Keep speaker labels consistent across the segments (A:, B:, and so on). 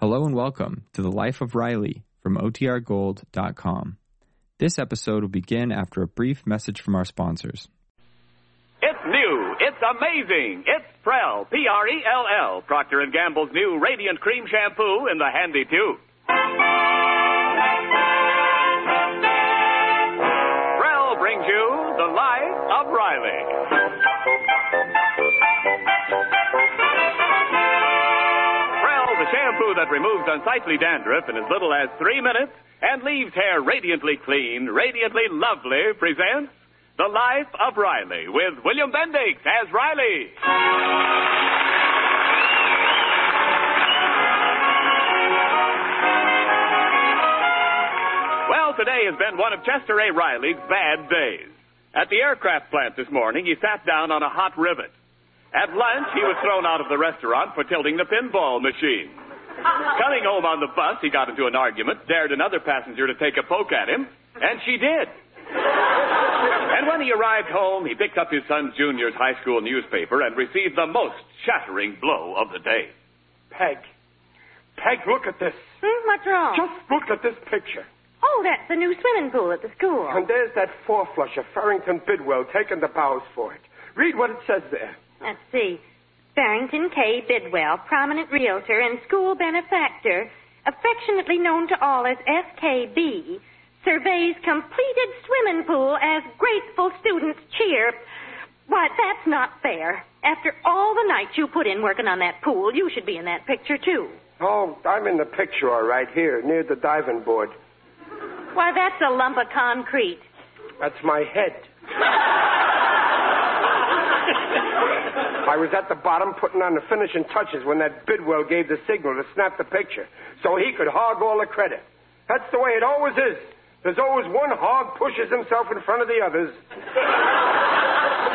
A: Hello and welcome to The Life of Riley from OTRGold.com. This episode will begin after a brief message from our sponsors.
B: It's new. It's amazing. It's Prell, P-R-E-L-L, E Procter & Gamble's new Radiant Cream Shampoo in the handy tube. Prell brings you the life of Riley. Prell, the shampoo that removes unsightly dandruff in as little as three minutes and leaves hair radiantly clean, radiantly lovely, presents The Life of Riley with William Bendix as Riley. Well, today has been one of Chester A. Riley's bad days. At the aircraft plant this morning, he sat down on a hot rivet. At lunch, he was thrown out of the restaurant for tilting the pinball machine. Coming home on the bus, he got into an argument, dared another passenger to take a poke at him, and she did. And when he arrived home, he picked up his son Junior's high school newspaper and received the most shattering blow of the day.
C: Peg. Peg, look at this.
D: Hmm? What's wrong?
C: Just look at this picture.
D: Oh, that's the new swimming pool at the school.
C: And there's that four flusher, Farrington Bidwell, taking the bows for it. Read what it says there.
D: Let's see. Barrington K. Bidwell, prominent realtor and school benefactor, affectionately known to all as SKB, surveys completed swimming pool as grateful students cheer. Why, that's not fair. After all the nights you put in working on that pool, you should be in that picture, too.
C: Oh, I'm in the picture, all right, here, near the diving board.
D: Why, that's a lump of concrete.
C: That's my head. I was at the bottom putting on the finishing touches when that Bidwell gave the signal to snap the picture so he could hog all the credit. That's the way it always is. There's always one hog pushes himself in front of the others.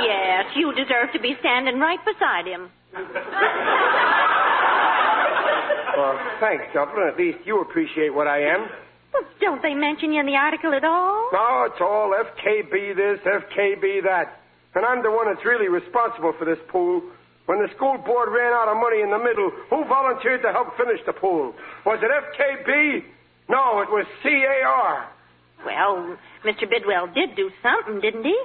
D: Yes, you deserve to be standing right beside him.
C: Well, thanks, Dublin. At least you appreciate what I am.
D: Well, don't they mention you in the article at all?
C: No, it's all FKB this, FKB that. And I'm the one that's really responsible for this pool. When the school board ran out of money in the middle, who volunteered to help finish the pool? Was it FKB? No, it was CAR.
D: Well, Mr. Bidwell did do something, didn't he?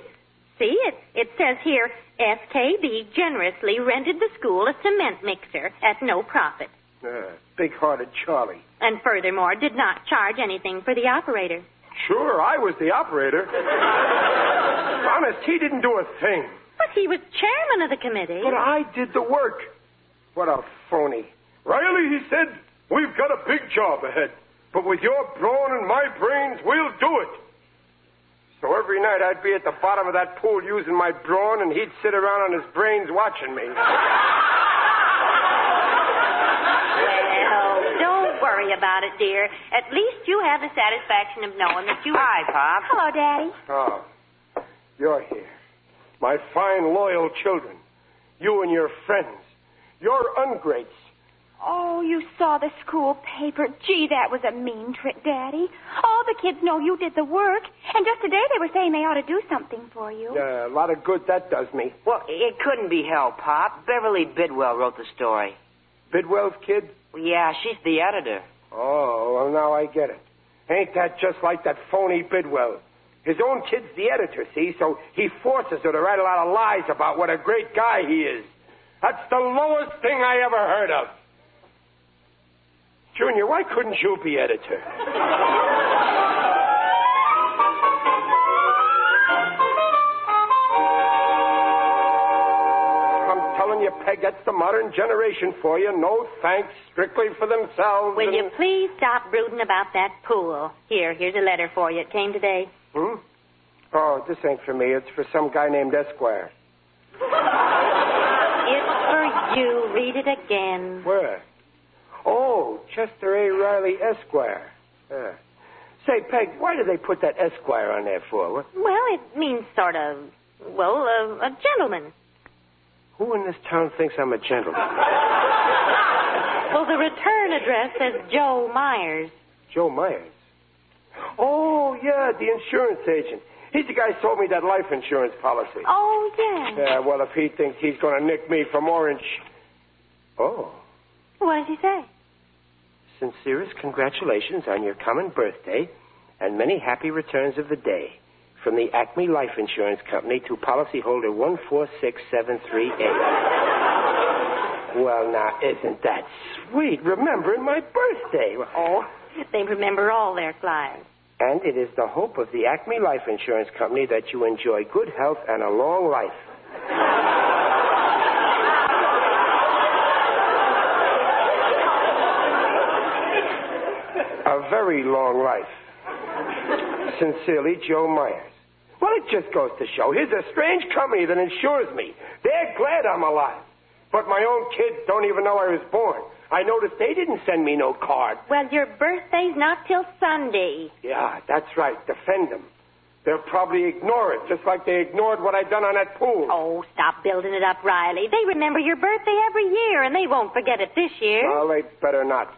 D: See, it, it says here, FKB generously rented the school a cement mixer at no profit,
C: Uh, Big hearted Charlie.
D: and furthermore did not charge anything for the operator.
C: Sure, I was the operator. Honest, he didn't do a thing.
D: But he was chairman of the committee.
C: But I did the work. What a phony. Riley, he said, we've got a big job ahead. But with your brawn and my brains, we'll do it. So every night I'd be at the bottom of that pool using my brawn, and he'd sit around on his brains watching me.
D: Well, don't worry about it, dear. At least you have the satisfaction of knowing that you. Hi, Pop. Hello, Daddy.
C: Oh, you're here. My fine, loyal children. You and your friends. Your ungrates.
E: Oh, you saw the school paper. Gee, that was a mean trick, Daddy. All the kids know you did the work. And just today they were saying they ought to do something for you.
C: Uh, a lot of good that does me.
F: Well, it couldn't be helped, Pop. Beverly Bidwell wrote the story.
C: Bidwell's kid?
F: Yeah, she's the editor.
C: Oh, well, now I get it. Ain't that just like that phony Bidwell? His own kid's the editor, see, so he forces her to write a lot of lies about what a great guy he is. That's the lowest thing I ever heard of. Junior, why couldn't you be editor? I'm telling you, Peg, that's the modern generation for you. No thanks, strictly for themselves.
D: Will you
C: and-
D: please stop brooding about that pool? Here, here's a letter for you. It came today.
C: Hmm? Oh, this ain't for me. It's for some guy named Esquire.
D: It's for you. Read it again.
C: Where? Oh, Chester A. Riley Esquire. Uh. Say, Peg, why do they put that Esquire on there for? What-
D: Well, it means sort of, well, a, a gentleman.
C: Who in this town thinks I'm a gentleman?
D: Well, the return address says Joe Myers.
C: Joe Myers. Oh, yeah, the insurance agent. He's the guy who sold me that life insurance policy.
D: Oh, yes.
C: Yeah, well, if he thinks he's going to nick me from Orange. Oh,
D: What does he say?
C: say sincerest congratulations on your coming birthday and many happy returns of the day from the Acme Life Insurance Company to policyholder 146738. well, now, isn't that sweet? Remembering my birthday.
D: Oh, they remember all their clients.
C: And it is the hope of the Acme Life Insurance Company that you enjoy good health and a long life. a very long life. Sincerely, Joe Myers. Well, it just goes to show. Here's a strange company that insures me. They're glad I'm alive. But my own kids don't even know I was born. I noticed they didn't send me no card.
D: Well, your birthday's not till Sunday.
C: Yeah, that's right. Defend them. They'll probably ignore it, just like they ignored what I'd done on that pool.
D: Oh, stop building it up, Riley. They remember your birthday every year, and they won't forget it this year.
C: Well, they better not.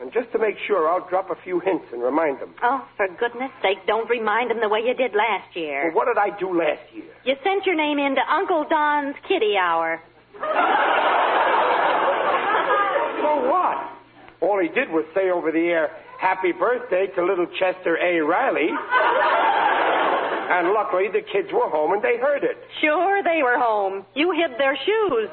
C: And just to make sure, I'll drop a few hints and remind them.
D: Oh, for goodness sake, don't remind them the way you did last year.
C: Well, what did I do last year?
D: You sent your name into Uncle Don's kitty hour.
C: so what? All he did was say over the air, Happy birthday to little Chester A. Riley. and luckily, the kids were home and they heard it.
D: Sure, they were home. You hid their shoes.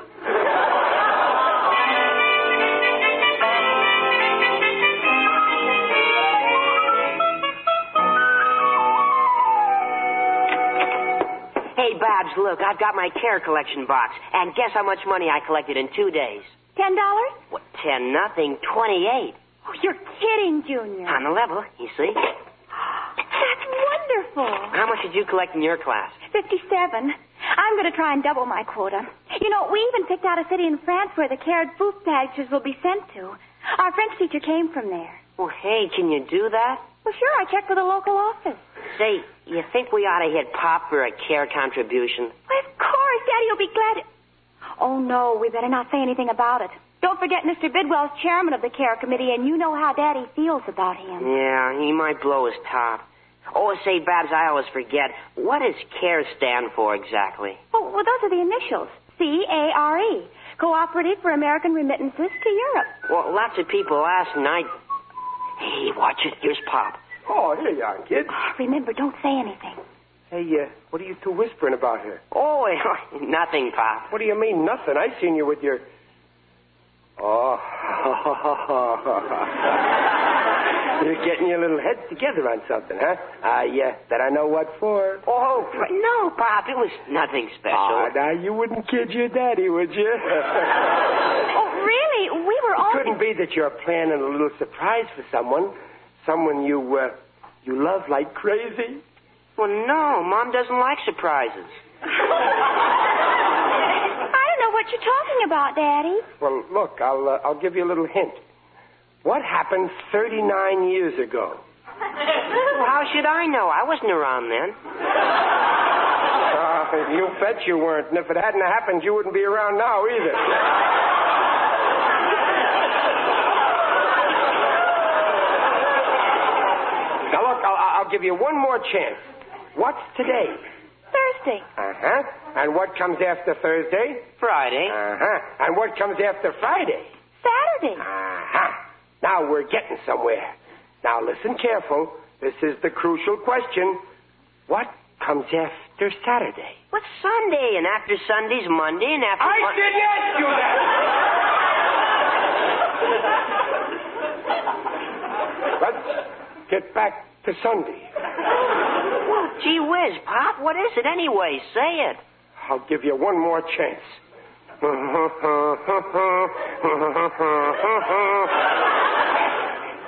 F: Hey, Babs, look, I've got my care collection box, and guess how much money I collected in two days?
E: Ten dollars?
F: What, ten nothing, twenty-eight.
E: Oh, you're kidding, Junior.
F: On the level, you see.
E: That's wonderful.
F: How much did you collect in your class?
E: Fifty-seven. I'm going to try and double my quota. You know, we even picked out a city in France where the cared food packages will be sent to. Our French teacher came from there.
F: Well, hey, can you do that?
E: Well, sure. I checked with the local office.
F: Say, you think we ought to hit Pop for a care contribution?
E: Well, of course. Daddy will be glad. Oh, no. We better not say anything about it. Don't forget, Mr. Bidwell's chairman of the care committee, and you know how Daddy feels about him.
F: Yeah, he might blow his top. Oh, say, Babs, I always forget. What does CARE stand for exactly?
E: Oh, well, those are the initials C A R E, Cooperative for American Remittances to Europe.
F: Well, lots of people last night. Hey, watch it. Here's Pop.
C: Oh, here you are, kid.
E: Oh, remember, don't say anything.
C: Hey, uh, what are you two whispering about here?
F: Oh, nothing, Pop.
C: What do you mean, nothing? I seen you with your. Oh. You're getting your little heads together on something, huh? Ah, uh, yeah, that I know what for. Ah,
F: Oh, no, Pop, it was nothing special. Oh,
C: now you wouldn't kid your daddy, would you?
E: oh, really? We were all.
C: It couldn't be that you're planning a little surprise for someone someone you uh, you love like crazy?
F: Well, no, Mom doesn't like surprises.
E: I don't know what you're talking about, Daddy.
C: Well, look, I'll uh, I'll give you a little hint. What happened 39 years ago?
F: well, how should I know? I wasn't around then.
C: Uh, you bet you weren't. And if it hadn't happened, you wouldn't be around now either. Now, look, I'll, I'll, give you one more chance. What's today?
E: Thursday.
C: Uh huh. And what comes after Thursday?
F: Friday.
C: Uh huh. And what comes after Friday?
E: Saturday.
C: Uh huh. Now we're getting somewhere. Now listen careful. This is the crucial question. What comes after Saturday?
F: What's Sunday? And after Sunday's Monday, and after.
C: I
F: Mon-
C: didn't ask you that. Let's get back to Sunday.
F: Well, gee whiz, Pop, what is it anyway? Say it.
C: I'll give you one more chance.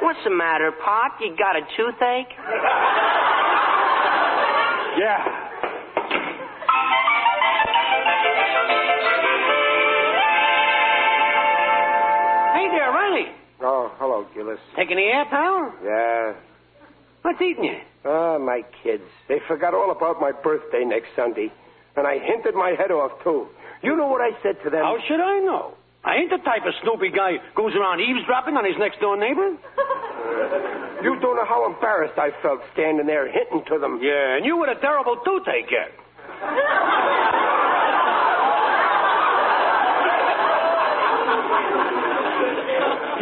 F: What's the matter, Pop? You got a toothache?
C: yeah.
G: Hey there, Riley.
C: Oh, hello, Gillis.
G: Taking the air power?
C: Yeah.
G: What's eating you?
C: Ah, oh, my kids. They forgot all about my birthday next Sunday. And I hinted my head off, too. You know what I said to them?
G: How should I know? I ain't the type of snoopy guy who goes around eavesdropping on his next door neighbor.
C: you don't know how embarrassed I felt standing there hinting to them.
G: Yeah, and you with a terrible toothache.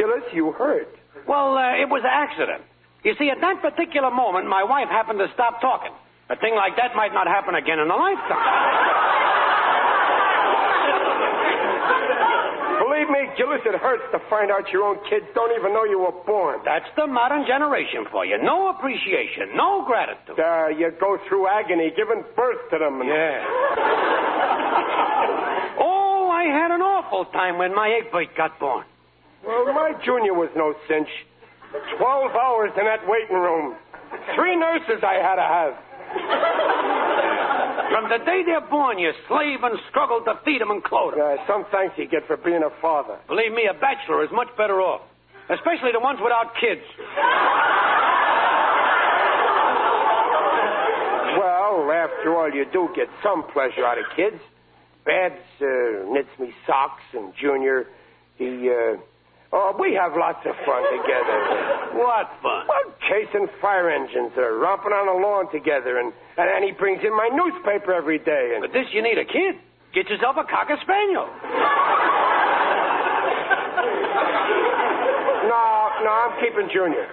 C: Gillis, you hurt.
H: Well, uh, it was an accident. You see, at that particular moment, my wife happened to stop talking. A thing like that might not happen again in a lifetime.
C: Believe me, Gillis, it hurts to find out your own kids don't even know you were born.
H: That's the modern generation for you. No appreciation, no gratitude.
C: Uh, you go through agony giving birth to them. And
H: oh, I had an awful time when my eight-bite got born.
C: Well, my junior was no cinch. Twelve hours in that waiting room. Three nurses I had to have.
H: From the day they're born, you slave and struggle to feed 'em and clothe 'em.
C: Uh, some thanks you get for being a father.
H: Believe me, a bachelor is much better off, especially the ones without kids.
C: Well, after all, you do get some pleasure out of kids. Babs uh, knits me socks, and Junior, he, uh, oh, we have lots of fun together.
H: What fun!
C: Well, chasing fire engines, or romping on the lawn together, and, and, and he brings in my newspaper every day. And
H: But this, you need a kid. Get yourself a cocker spaniel.
C: no, no, I'm keeping Junior.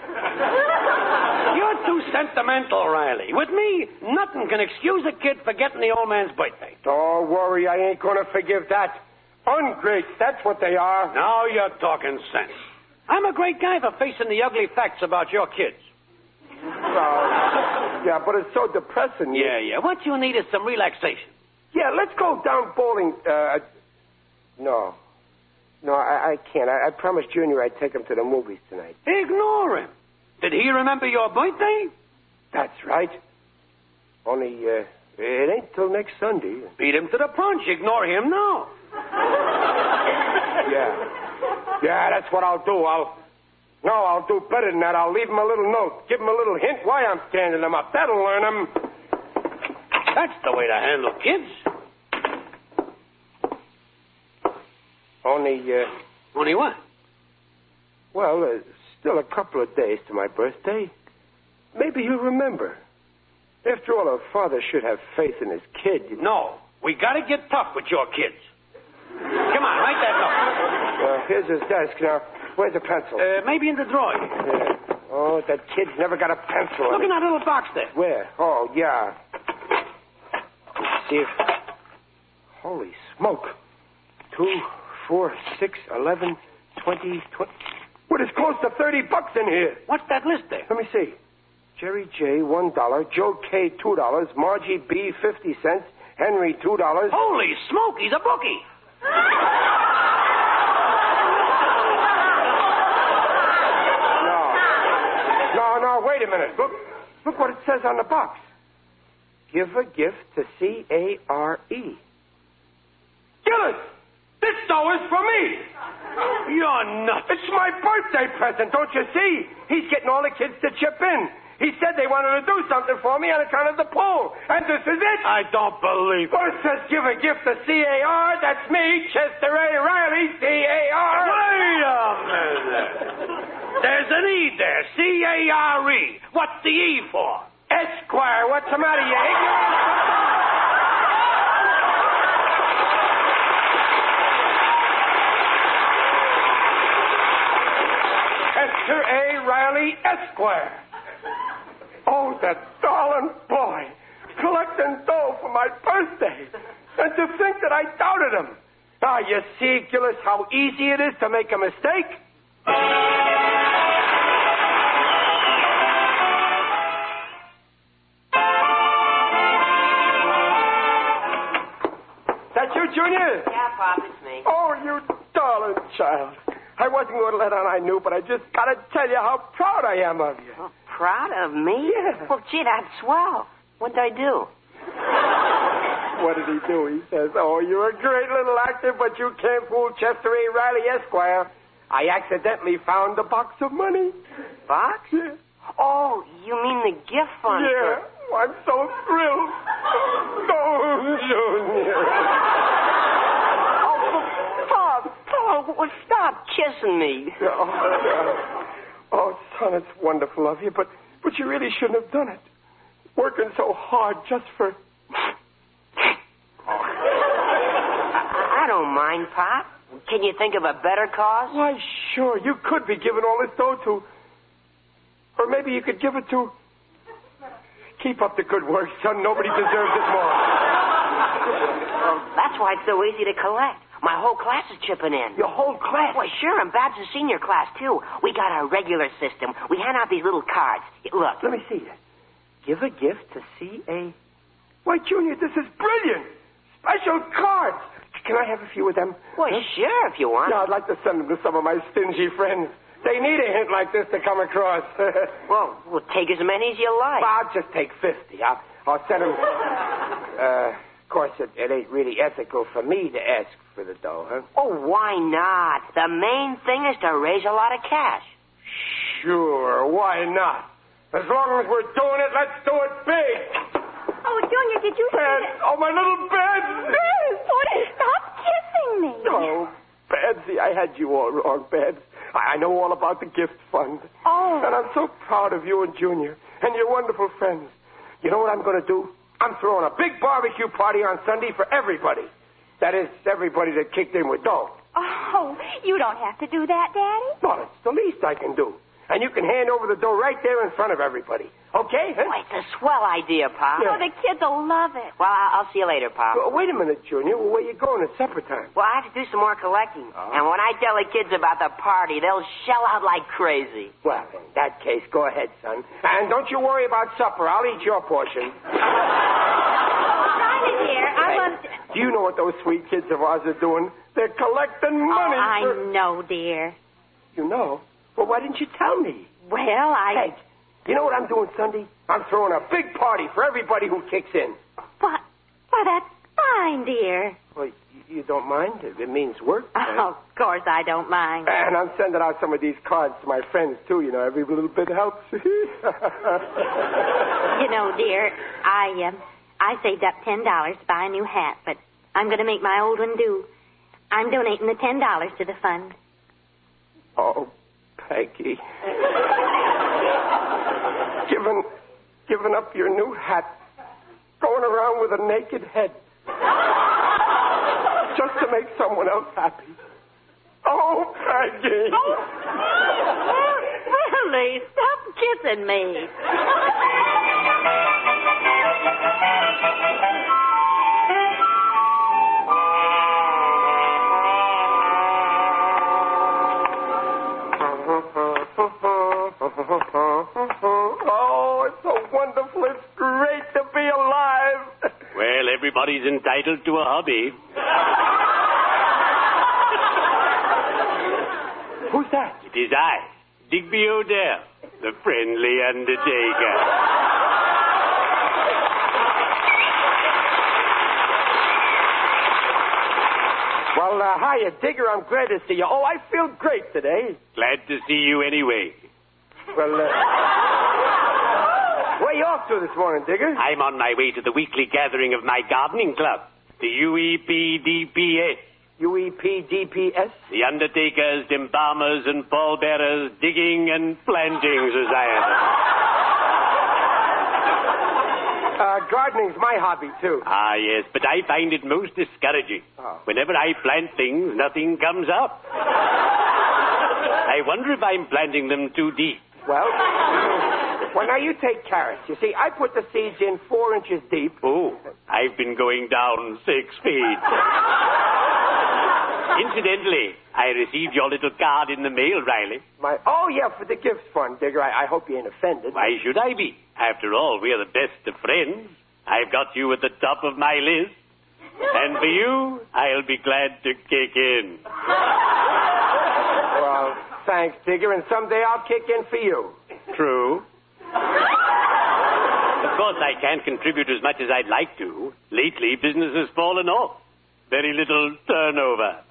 H: You're too sentimental, Riley. With me, nothing can excuse a kid for getting the old man's birthday.
C: Don't worry, I ain't gonna forgive that. Ungrates, that's what they are.
H: Now you're talking sense. I'm a great guy for facing the ugly facts about your kids.
C: Uh, yeah, but it's so depressing.
H: Yeah, yeah. What you need is some relaxation.
C: Yeah, let's go down bowling. Uh, no. No, I, I can't. I, I promised Junior I'd take him to the movies tonight.
H: Ignore him. Did he remember your birthday?
C: That's right. Only, uh, it ain't till next Sunday.
H: Beat him to the punch. Ignore him now.
C: Yeah. Yeah, that's what I'll do. I'll. No, I'll do better than that. I'll leave him a little note, give him a little hint why I'm standing him up. That'll learn him.
H: That's the way to handle kids.
C: Only, uh,
H: Only what?
C: well, uh, still a couple of days to my birthday. Maybe he'll remember. After all, a father should have faith in his kid. you know.
H: No. We gotta get tough with your kids. Come on, write that note.
C: Uh, here's his desk. Now, where's the pencil?
H: Uh, maybe in the drawer.
C: Yeah. Oh, that kid's never got a pencil. on
H: Look in
C: him.
H: that little box there.
C: Where? Oh, yeah. Let's see if. Holy smoke. Two, four, six, eleven, twenty, twenty. What is close to thirty bucks in here?
H: What's that list there?
C: Let me see. Jerry J, one dollar. Joe K, two dollars. Margie B, fifty cents. Henry, two dollars.
H: Holy smoke, he's a bookie.
C: No, no, wait a minute. Look, look what it says on the box. Give a gift to C A R E. Gillis, this dough is for me.
H: You're nuts.
C: It's my birthday present, don't you see? He's getting all the kids to chip in. He said they wanted to do something for me on account of the pool, and this is it.
H: I don't believe it.
C: Well, it says give a gift to C A R. That's me, Chester A. Riley, C A R.
H: Wait a minute. There's an E there. C A R E. What's the E for?
C: Esquire, what's the matter, you ignorant? Esther A. Riley Esquire. Oh, the darling boy, collecting dough for my birthday. And to think that I doubted him. Now, you see, Gillis, how easy it is to make a mistake. That you, Junior?
F: Yeah, Pop, it's me.
C: Oh, you darling child. I wasn't going to let on I knew, but I just got to tell you how proud I am of you.
F: Oh, proud of me?
C: Yeah.
F: Well, gee, that's swell. What'd I do?
C: What did he do? He says, Oh, you're a great little actor, but you can't fool Chester A. Riley Esquire. I accidentally found the box of money.
F: Box?
C: Yeah.
F: Oh, you mean the gift fund?
C: Yeah. I'm so thrilled. Oh, Junior.
F: Oh, Pop, Pop, well, stop kissing me.
C: Oh, oh, son, it's wonderful of you, but but you really shouldn't have done it. Working so hard just for.
F: I, I don't mind, Pop. Can you think of a better cause?
C: Why, Sure, you could be giving all this dough to. Or maybe you could give it to. Keep up the good work, son. Nobody deserves it more.
F: Well, that's why it's so easy to collect. My whole class is chipping in.
C: Your whole class.
F: Well, sure, and Babs' senior class, too. We got our regular system. We hand out these little cards. Look.
C: Let me see that. Give a gift to C.A. Why, Junior, this is brilliant. Special cards. C- Can I have a few of them?
F: Well, sure, if you want.
C: Yeah, I'd like to send them to some of my stingy friends. They need a hint like this to come across.
F: Well, well, take as many as you like.
C: I'll just take 50. I'll, I'll send them. Uh, of course, it, it ain't really ethical for me to ask for the dough, huh?
F: Oh, why not? The main thing is to raise a lot of cash.
C: Sure, why not? As long as we're doing it, let's do it big.
E: Oh, Junior, did you see
C: Ben,
E: that?
C: oh, my little Ben.
E: Woody, stop kissing me.
C: Oh, Badsy, I had you all wrong, Bads. I I know all about the gift fund.
E: Oh.
C: And I'm so proud of you and Junior and your wonderful friends. You know what I'm going to do? I'm throwing a big barbecue party on Sunday for everybody. That is, everybody that kicked in with dough.
E: Oh, you don't have to do that, Daddy.
C: Well, it's the least I can do. And you can hand over the dough right there in front of everybody. Okay? huh?
F: Oh, it's a swell idea, Pop.
C: Yeah.
E: Oh, the kids will love it.
F: Well, I- I'll see you later, Pop.
C: Well, wait a minute, Junior. Where you going? It's supper time.
F: Well, I have to do some more collecting. And when I tell the kids about the party, they'll shell out like crazy.
C: Well, in that case, go ahead, son. And don't you worry about supper. I'll eat your portion.
D: Right in here. I must.
C: Do you know what those sweet kids of ours are doing? They're collecting
D: Oh,
C: money.
D: I
C: for-
D: know, dear.
C: You know? Well, why didn't you tell me?
D: Well, I.
C: Peg, you know what I'm doing Sunday? I'm throwing a big party for everybody who kicks in.
D: Why, why, that's fine, dear.
C: Well, you, you don't mind? It it means work. Peg.
D: Oh, of course, I don't mind.
C: And I'm sending out some of these cards to my friends, too. You know, every little bit helps.
D: You know, dear, I um, I saved up ten dollars to buy a new hat, but I'm going to make my old one do. I'm donating the ten dollars to the fund.
C: Oh, Peggy. giving, giving up your new hat, going around with a naked head, just to make someone else happy. Oh, Peggy.
D: Really? Stop kissing me.
C: Oh, it's so wonderful. It's great to be alive.
G: Well, everybody's entitled to a hobby.
C: Who's that?
G: It is I, Digby Odell, the friendly undertaker.
C: Well, uh, hiya, Digger. I'm glad to see you. Oh, I feel great today.
G: Glad to see you anyway.
C: Well, uh, where you off to this morning, Digger?
G: I'm on my way to the weekly gathering of my gardening club, the E UEPDPS,
C: E UEPDPS?
G: the Undertakers, Embalmers, and Pallbearers Digging and Planting Society.
C: Uh, gardening's my hobby, too.
G: Ah, yes, but I find it most discouraging.
C: Oh.
G: Whenever I plant things, nothing comes up. I wonder if I'm planting them too deep.
C: Well, well, now you take carrots. You see, I put the seeds in four inches deep.
G: Oh, I've been going down six feet. Incidentally, I received your little card in the mail, Riley.
C: My Oh, yeah, for the gift fund, Digger. I, I hope you ain't offended.
G: Why should I be? After all, we're the best of friends. I've got you at the top of my list. And for you, I'll be glad to kick in.
C: Well, thanks, Digger, and someday I'll kick in for you.
G: True. Of course, I can't contribute as much as I'd like to. Lately, business has fallen off. Very little turnover.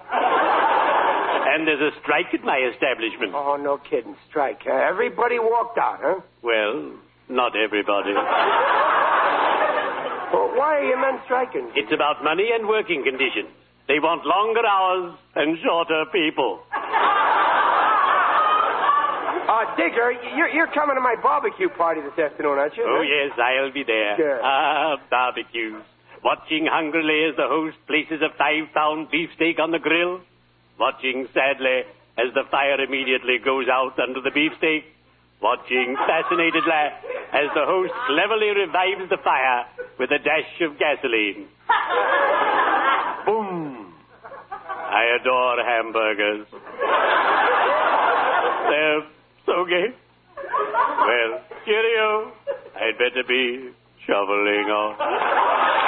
G: and there's a strike at my establishment.
C: Oh, no kidding. Strike. huh? everybody walked out, huh?
G: Well, not everybody.
C: Well, why are you men striking?
G: It's about money and working conditions. They want longer hours and shorter people.
C: Uh, Digger, you're, you're coming to my barbecue party this afternoon, aren't you?
G: Oh, yes, I'll be there.
C: Yes.
G: Ah, barbecues. Watching hungrily as the host places a five pound beefsteak on the grill. Watching sadly as the fire immediately goes out under the beefsteak, watching fascinated la- as the host cleverly revives the fire with a dash of gasoline. Boom! I adore hamburgers. They're so gay. Well, cheerio. I'd better be shoveling off.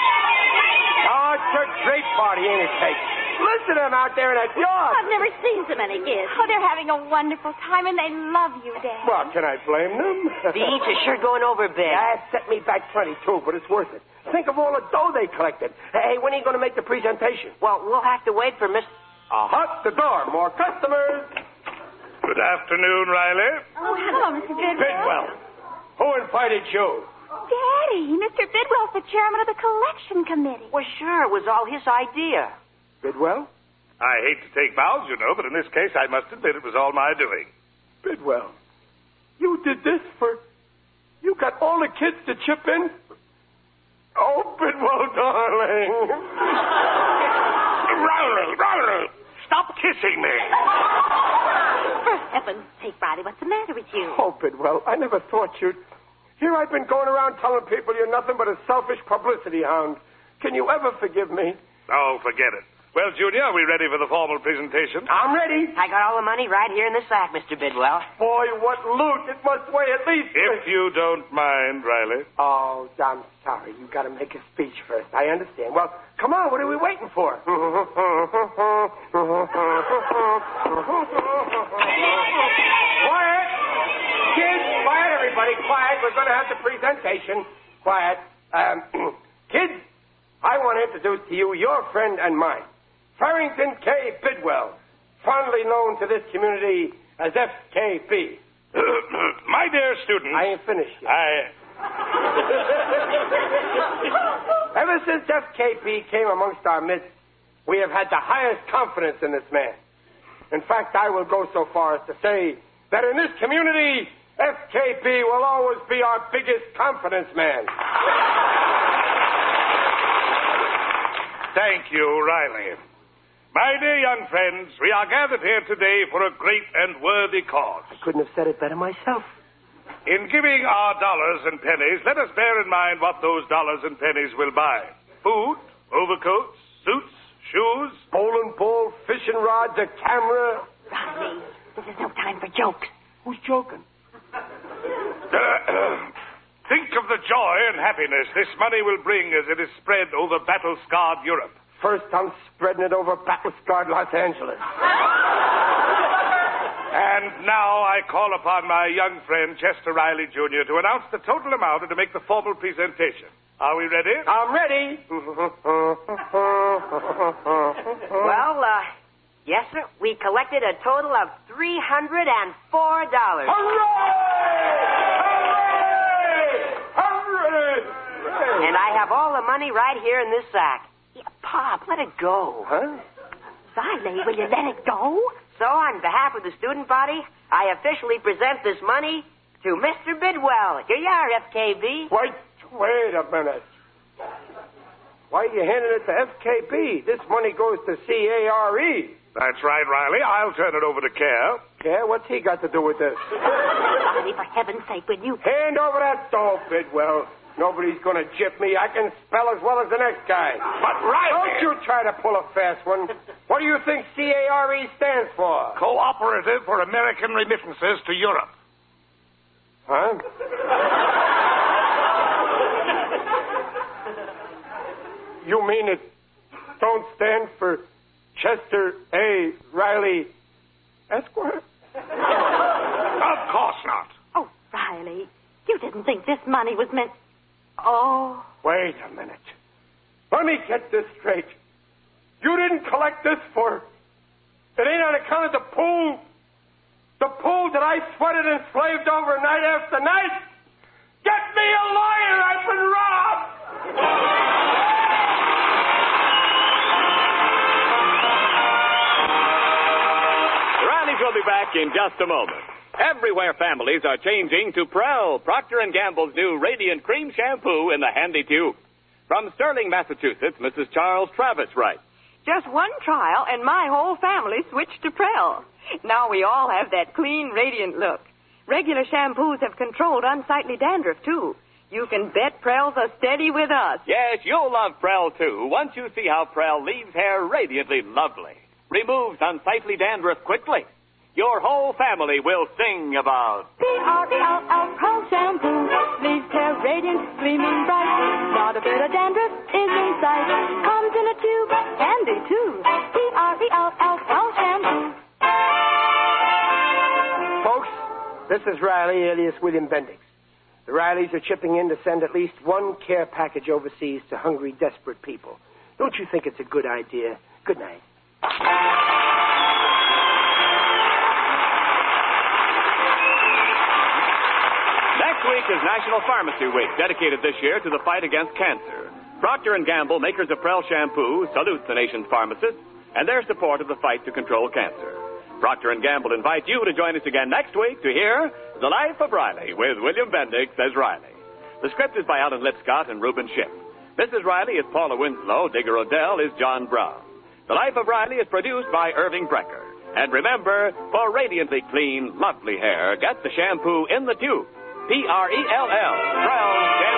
C: Oh, it's a great party, ain't it, Peg? Listen to them out there in that yard.
D: I've never seen so many kids.
E: Oh, they're having a wonderful time, and they love you, Dad.
C: Well, can I blame them?
F: The eats are sure going over big.
C: That set me back plenty, too, but it's worth it. Think of all the dough they collected. Hey, when are you going to make the presentation?
F: Well, we'll have to wait for Mr.
C: Uh, hut the door. More customers.
I: Good afternoon, Riley.
E: Oh, hello, Mr. Bidwell.
C: Bidwell. Who invited you?
E: Daddy, Mr. Bidwell's the chairman of the collection committee.
F: Well, sure, it was all his idea.
C: Bidwell?
I: I hate to take vows, you know, but in this case, I must admit it was all my doing.
C: Bidwell. You did this for. You got all the kids to chip in? Oh, Bidwell, darling.
I: Riley, Riley, stop kissing me.
D: For heaven's sake, Riley, what's the matter with you?
C: Oh, Bidwell, I never thought you'd. Here I've been going around telling people you're nothing but a selfish publicity hound. Can you ever forgive me?
I: Oh, forget it. Well, Junior, are we ready for the formal presentation?
C: I'm ready.
F: I got all the money right here in the sack, Mr. Bidwell.
C: Boy, what loot! It must weigh at least.
I: If you don't mind, Riley.
C: Oh, I'm sorry. You got to make a speech first. I understand. Well, come on. What are we waiting for? quiet, kids. Quiet, everybody. Quiet. We're going to have the presentation. Quiet, um, kids. I want to introduce to you your friend and mine, Farrington K. Bidwell, fondly known to this community as FKB.
I: my dear students,
C: I ain't finished yet.
I: I-
C: Ever since FKP came amongst our midst, we have had the highest confidence in this man. In fact, I will go so far as to say that in this community, FKP will always be our biggest confidence man.
I: Thank you, Riley. My dear young friends, we are gathered here today for a great and worthy cause.
C: Couldn't have said it better myself.
I: In giving our Ah, dollars and pennies, let us bear in mind what those dollars and pennies will buy food, overcoats, suits, shoes.
C: Bowling ball, fishing rods, a camera.
D: Riley, this is no time for jokes.
C: Who's joking?
I: Think of the joy and happiness this money will bring as it is spread over battle scarred Europe.
C: First, I'm spreading it over battle scarred Los Angeles.
I: And now I call upon my young friend Chester Riley Jr. to announce the total amount and to make the formal presentation. Are we ready?
C: I'm ready.
F: Well, uh, yes, sir. We collected a total of $304. And I have all the money right here in this sack. Yeah, Pop, let it go.
C: Huh?
D: Riley, will you let it go?
F: So, on behalf of the student body, I officially present this money to Mr. Bidwell. Here you are, FKB.
C: Wait, wait a minute. Why are you handing it to FKB? This money goes to CARE.
I: That's right, Riley. I'll turn it over to Care.
C: E. Yeah, what's he got to do with this?
D: Riley, for heaven's sake, will you?
C: Hand over that dough, Bidwell. Nobody's going to jip me. I can spell as well as the next guy.
I: But Riley,
C: Don't you try to pull a fast one. What do you think CARE E stands for?
I: cooperative for American remittances to Europe.
C: Huh? you mean it don't stand for Chester A. Riley Esquire?
I: Of course not.
D: Oh, Riley, you didn't think this money was meant. Oh,
C: Wait a minute. Let me get this straight. You didn't collect this for. It ain't on account of the pool. The pool that I sweated and slaved over night after night. Get me a lawyer. I've been robbed.
B: Riley will be back in just a moment. Everywhere families are changing to Prel, Procter & Gamble's new Radiant Cream Shampoo in the handy tube. From Sterling, Massachusetts, Mrs. Charles Travis writes.
D: Just one trial, and my whole family switched to Prel. Now we all have that clean, radiant look. Regular shampoos have controlled unsightly dandruff, too. You can bet Prel's a steady with us.
B: Yes, you'll love Prel too once you see how Prel leaves hair radiantly lovely, removes unsightly dandruff quickly. Your whole family will sing about.
J: P-R-E-L-L Pearl Shampoo leaves hair radiant, gleaming bright. Not a bit of dandruff is in sight. Comes in a tube, handy too. E P-R-E-L-L Pearl Shampoo.
C: Folks, this is Riley, alias William Bendix. The Rileys are chipping in to send at least one care package overseas to hungry, desperate people. Don't you think it's a good idea? Good night.
B: Next week is National Pharmacy Week, dedicated this year to the fight against cancer. Procter & Gamble, makers of Prel shampoo, salute the nation's pharmacists and their support of the fight to control cancer. Procter & Gamble invite you to join us again next week to hear The Life of Riley with William Bendix as Riley. The script is by Alan Lipscott and Reuben Schiff. Mrs. Riley is Paula Winslow, Digger Odell is John Brown. The Life of Riley is produced by Irving Brecker. And remember, for radiantly clean, lovely hair, get the shampoo in the tube. P R E L L. Prel Shampoo.